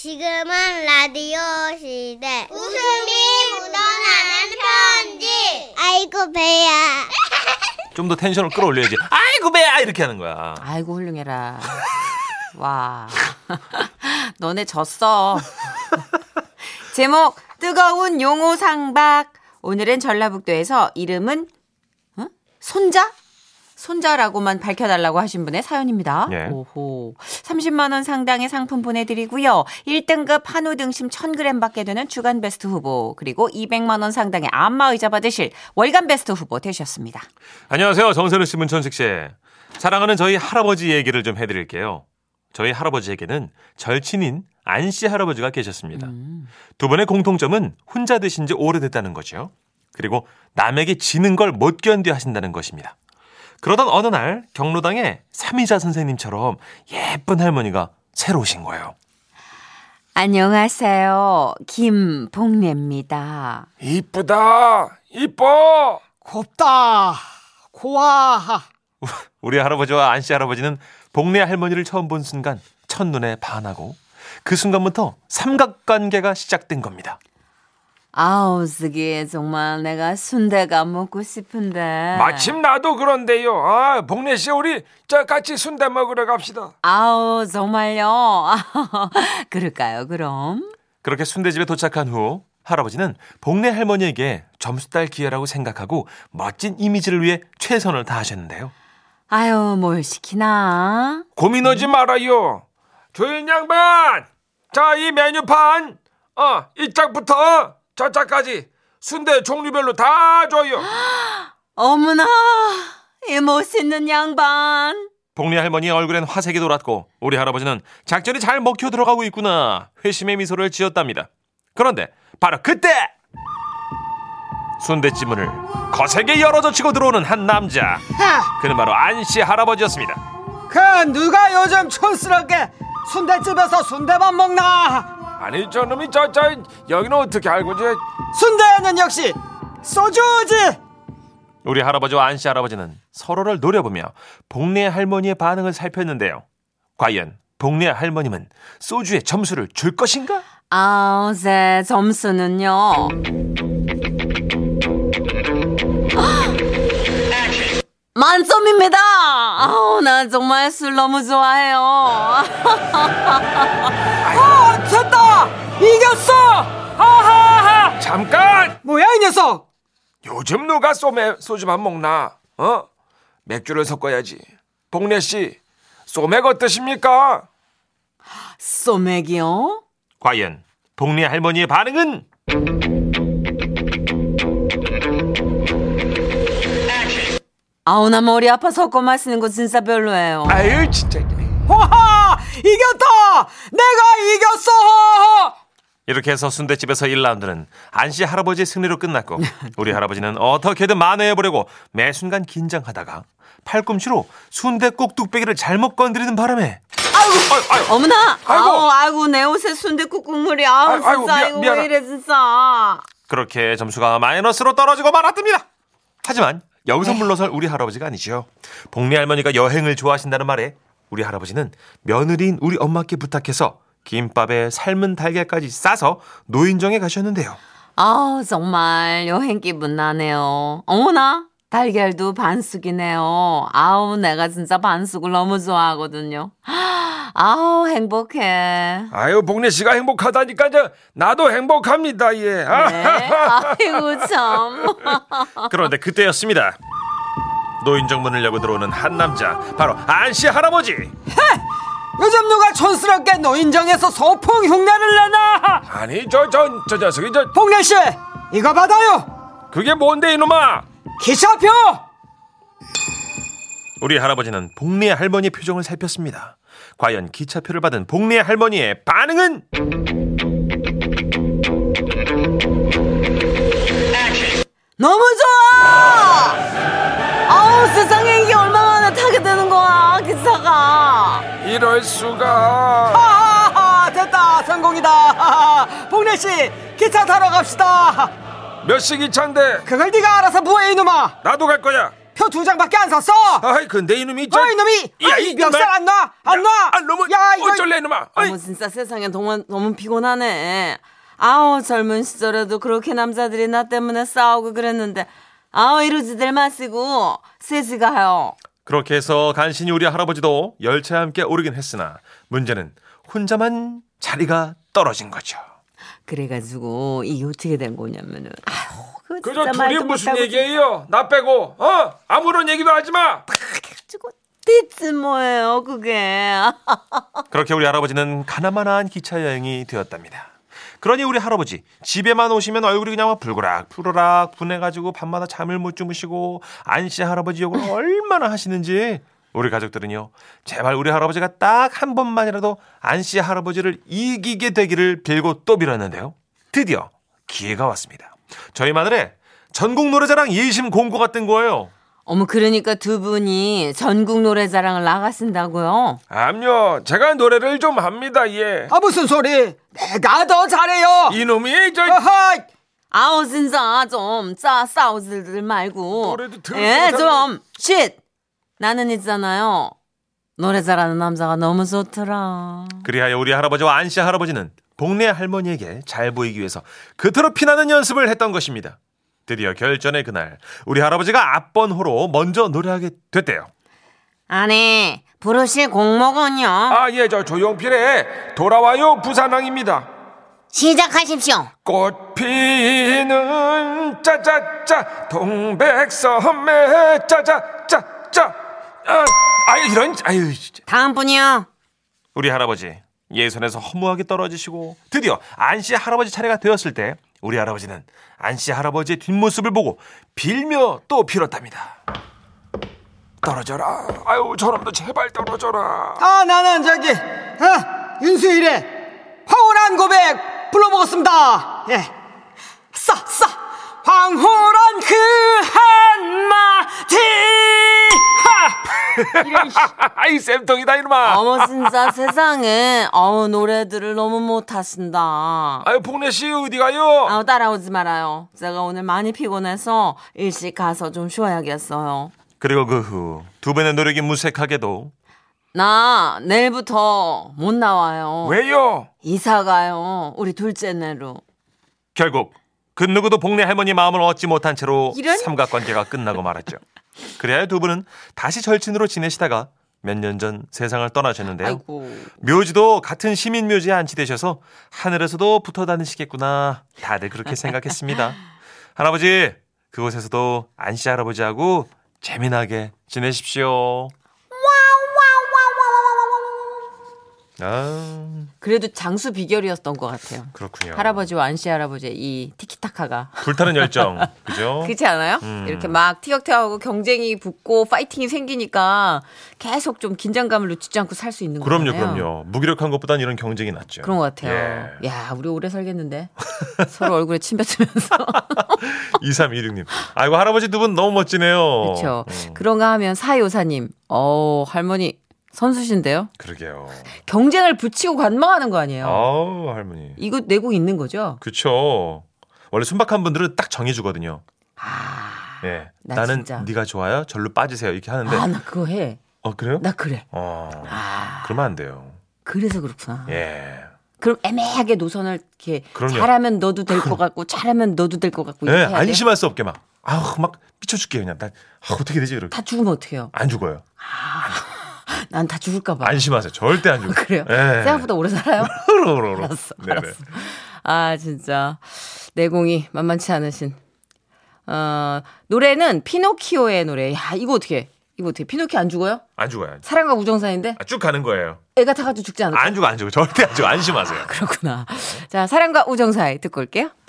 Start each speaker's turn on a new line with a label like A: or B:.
A: 지금은 라디오 시대.
B: 웃음이 묻어나는 편지.
A: 아이고, 배야.
C: 좀 더 텐션을 끌어올려야지. 아이고 배야 이렇게 하는 거야.
D: 아이고 훌륭해라. 와. 너네 졌어. 제목 뜨거운 용호 상박. 오늘은 전라북도에서 이름은 응? 손자? 손자라고만 밝혀달라고 하신 분의 사연입니다.
C: 예.
D: 오호. 30만 원 상당의 상품 보내드리고요. 1등급 한우 등심 1,000g 받게 되는 주간 베스트 후보 그리고 200만 원 상당의 안마 의자 받으실 월간 베스트 후보 되셨습니다.
C: 안녕하세요. 정선우 씨, 문천식 씨. 사랑하는 저희 할아버지 얘기를 좀 해드릴게요. 저희 할아버지에게는 절친인 안 씨 할아버지가 계셨습니다. 두 분의 공통점은 혼자 되신 지 오래됐다는 거죠. 그리고 남에게 지는 걸 못 견뎌 하신다는 것입니다. 그러던 어느 날 경로당에 삼이자 선생님처럼 예쁜 할머니가 새로 오신 거예요.
D: 안녕하세요. 김봉래입니다.
E: 이쁘다 이뻐
F: 곱다 고와
C: 우리 할아버지와 안씨 할아버지는 복례 할머니를 처음 본 순간 첫눈에 반하고 그 순간부터 삼각관계가 시작된 겁니다.
D: 아우, 쓰기 정말 내가 순대가 먹고 싶은데.
E: 마침 나도 그런데요 아 복래 씨 우리 저 같이 순대 먹으러 갑시다
D: 아우, 정말요. 그럴까요, 그럼?
C: 그렇게 순대집에 도착한 후 할아버지는 복례 할머니에게 점수 딸 기회라고 생각하고 멋진 이미지를 위해 최선을 다하셨는데요.
D: 아유, 뭘 시키나?
E: 고민하지 말아요 주인 양반 자 이 메뉴판 어이 짝부터 저 짝까지 순대 종류별로 다 줘요
D: 어머나, 이 멋있는 양반.
C: 복례 할머니의 얼굴엔 화색이 돌았고 우리 할아버지는 작전이 잘 먹혀 들어가고 있구나 회심의 미소를 지었답니다. 그런데 바로 그때 순대집 문을 거세게 열어젖히고 들어오는 한 남자. 그는 바로 안씨 할아버지였습니다.
F: 그 누가 요즘 촌스럽게 순대집에서 순대만 먹나
E: 아니 저놈이 저 저 여기는 어떻게 알고 저
F: 순대는 역시 소주지
C: 우리 할아버지와 안씨 할아버지는 서로를 노려보며 복례 할머니의 반응을 살폈는데요. 과연 복례 할머님은 소주에 점수를 줄 것인가?
D: 아우, 제 점수는요. 만점입니다! 아우, 나 정말 술 너무 좋아해요.
F: 아 됐다 이겼어 아하하
E: 잠깐
F: 뭐야 이 녀석
E: 요즘 누가 소매 소주만 먹나 어 맥주를 섞어야지 복래 씨 소맥 어떠십니까?
D: 소맥이요?
C: 과연 복례 할머니의 반응은?
D: 아우, 나 머리 아파서 꼬마 쓰는 거 진짜 별로예요.
E: 아유 진짜
F: 호하 이겼다 내가 이겼어 호호
C: 이렇게 해서 순대집에서 1라운드는 안씨 할아버지의 승리로 끝났고 우리 할아버지는 어떻게든 만회해보려고 매 순간 긴장하다가 팔꿈치로 순대국 뚝배기를 잘못 건드리는 바람에
D: 어머나!
E: 아이고.
D: 아우, 아이고, 내 옷에 순대국 국물이. 아우,
E: 아이고,
D: 진짜.
E: 아이고, 미안-
D: 이거
E: 미안하-
D: 왜 이래, 진짜.
C: 그렇게 점수가 마이너스로 떨어지고 말았답니다. 하지만 여기서 물러설 우리 할아버지가 아니죠. 복리 할머니가 여행을 좋아하신다는 말에 우리 할아버지는 며느리인 우리 엄마께 부탁해서 김밥에 삶은 달걀까지 싸서 노인정에 가셨는데요.
D: 아우, 정말 여행 기분 나네요. 어머나, 달걀도 반숙이네요. 아우, 내가 진짜 반숙을 너무 좋아하거든요. 아우, 행복해.
E: 아유 복래 씨가 행복하다니까 저 나도 행복합니다 예. 아,
D: 네. 아이고, 참.
C: 그런데 그때였습니다. 노인정 문을 열고 들어오는 한 남자, 바로 안씨 할아버지.
F: 요즘 누가 촌스럽게 노인정에서 소풍 흉내를 내나
E: 아니 저저저 저, 녀석이 저
F: 봉래씨 이거 받아요
E: 그게 뭔데 이놈아?
F: 기차표
C: 우리 할아버지는 복리의 할머니의 표정을 살폈습니다. 과연 기차표를 받은 복리의 할머니의 반응은?
D: 너무 좋아! 아우, 세상에 이게 얼마만에 타게 되는 거야, 기차가.
E: 이럴 수가.
F: 아하하 됐다 성공이다 봉래씨 기차 타러 갑시다
E: 몇 시기차인데
F: 그걸 네가 알아서 뭐해 이놈아
E: 나도 갈 거야.
F: 편하게 표 두 장밖에 안 샀어.
E: 아이 근데 이놈이 저
F: 어 이놈이
E: 야,
F: 아,
E: 이
F: 이 멱살
E: 말-
F: 안 놔, 안
E: 야,
F: 놔.
E: 아 너무
F: 야 이거
E: 어쩔래 이놈아 아이,
D: 어머 진짜 세상에 너무 너무 피곤하네. 아우 젊은 시절에도 그렇게 남자들이 나 때문에 싸우고 그랬는데 아우 이러지들 마시고 세지가요.
C: 그렇게 해서 간신히 우리 할아버지도 열차에 함께 오르긴 했으나 문제는 혼자만 자리가 떨어진 거죠.
D: 그래가지고 이게 어떻게 된 거냐면은 아유 그
E: 그저
D: 진짜
E: 둘이
D: 말도
E: 무슨
D: 못하고
E: 얘기예요 나 빼고 어 아무런 얘기도 하지 마
D: 죽어 띠지 뭐예요 그게.
C: 그렇게 우리 할아버지는 가나마나한 기차 여행이 되었답니다. 그러니 우리 할아버지 집에만 오시면 얼굴이 그냥 막 불그락 푸르락 분해가지고 밤마다 잠을 못 주무시고 안씨 할아버지 욕을 얼마나 하시는지 우리 가족들은요 제발 우리 할아버지가 딱 한 번만이라도 안씨 할아버지를 이기게 되기를 빌고 또 빌었는데요 드디어 기회가 왔습니다 저희 마늘에 전국 노래자랑 예심 공고가 뜬 거예요
D: 어머 그러니까 두 분이 전국 노래자랑을 나가신다고요?
E: 암요 제가 노래를 좀 합니다 예
F: 아 무슨 소리? 내가 더 잘해요.
E: 이놈이 저
F: 어허이.
D: 아우 진짜 좀짜 싸우지들 말고
E: 노래도 들을
D: 예,
E: 줄
D: 좀 쉿. 나는 있잖아요. 노래 잘하는 남자가 너무 좋더라.
C: 그리하여 우리 할아버지와 안씨 할아버지는 동네 할머니에게 잘 보이기 위해서 그토록 피나는 연습을 했던 것입니다. 드디어 결전의 그날 우리 할아버지가 앞번호로 먼저 노래하게 됐대요.
D: 아니 부르실 공목은요.
E: 아, 예, 저 조용필의 돌아와요 부산항입니다.
D: 시작하십시오.
E: 꽃 피는 짜자짜 동백섬에 짜자짜짜 아, 아유 이런 아유 진짜.
D: 다음 분이요.
C: 우리 할아버지 예선에서 허무하게 떨어지시고 드디어 안씨 할아버지 차례가 되었을 때 우리 할아버지는 안씨 할아버지의 뒷모습을 보고 빌며 또 빌었답니다.
E: 떨어져라 아유 저놈도 제발 떨어져라
F: 아 나는 저기 어, 윤수일의 황홀한 고백 불러보겠습니다 예. 싸싸 황홀한 그 한마디 하! 이런 씨.
E: 아이 쌤통이다 이놈아
D: 어머 진짜 세상에 어우 노래들을 너무 못하신다.
E: 아유 복래 씨 어디 가요
D: 아우 따라오지 말아요. 제가 오늘 많이 피곤해서 일찍 가서 좀 쉬어야겠어요.
C: 그리고 그 후 두 번의 노력이 무색하게도
D: 나 내일부터 못 나와요.
E: 왜요
D: 이사 가요. 우리 둘째 내로.
C: 결국 그 누구도 복내 할머니 마음을 얻지 못한 채로
D: 이런?
C: 삼각관계가 끝나고 말았죠. 그래야 두 분은 다시 절친으로 지내시다가 몇 년 전 세상을 떠나셨는데요.
D: 아이고.
C: 묘지도 같은 시민 묘지에 안치되셔서 하늘에서도 붙어 다니시겠구나. 다들 그렇게 생각했습니다. 할아버지, 그곳에서도 안씨 할아버지하고 재미나게 지내십시오. 아,
D: 그래도 장수 비결이었던 것 같아요.
C: 그렇군요.
D: 할아버지와 안씨 할아버지의 이 티키타카가
C: 불타는 열정. 그죠?
D: 그렇지 않아요?
C: 음.
D: 이렇게 막 티격태격하고 경쟁이 붙고 파이팅이 생기니까 계속 좀 긴장감을 놓치지 않고 살 수 있는
C: 그럼요,
D: 거잖아요.
C: 그럼요. 무기력한 것보단 이런 경쟁이 낫죠.
D: 그런 것 같아요.
C: 예.
D: 야, 우리 오래 살겠는데 서로 얼굴에 침 뱉으면서
C: 2316님. 아이고, 할아버지 두 분 너무 멋지네요.
D: 그렇죠.
C: 음,
D: 그런가 하면 사요사님, 어 할머니 선수신데요.
C: 그러게요.
D: 경쟁을 붙이고 관망하는 거 아니에요?
C: 아우, 할머니.
D: 이거 내고 있는 거죠?
C: 그쵸. 원래 순박한 분들은 딱 정해주거든요.
D: 아,
C: 예.
D: 나
C: 나는
D: 진짜.
C: 네가 좋아요. 절로 빠지세요. 이렇게 하는데.
D: 아, 나 그거 해.
C: 어, 그래요?
D: 나 그래.
C: 어.
D: 아,
C: 그러면 안 돼요.
D: 그래서 그렇구나.
C: 예.
D: 그럼 애매하게 노선을 이렇게
C: 그럼요.
D: 잘하면 너도 될 것 같고 잘하면 너도 될 것 같고
C: 예,
D: 뭐 이렇게 해야 돼.
C: 안심할 수 없게 막. 아우, 막 미쳐 죽게 그냥. 난 아, 어떻게 되지? 이렇게.
D: 다 죽으면 어떡해요?
C: 안 죽어요.
D: 난 다 죽을까 봐.
C: 안심하세요. 절대 안 죽어요.
D: 아. 그래요?
C: 예.
D: 생각보다 오래 살아요?
C: 흐르르르.
D: 알았어,
C: 네네.
D: 알았어. 아, 진짜. 내공이 만만치 않으신. 어, 노래는 피노키오의 노래. 야, 이거 어떻게 해? 이거 어떻게 해? 피노키오 안 죽어요?
C: 안 죽어요. 안 죽어요.
D: 사랑과 우정사인데?
C: 아, 쭉 가는 거예요.
D: 애가
C: 아.
D: 타가지고 죽지 않을까?
C: 안 죽어, 안 죽어. 절대 안 죽어. 안심하세요.
D: 그렇구나. 자, 사랑과 우정 사이 듣고 올게요.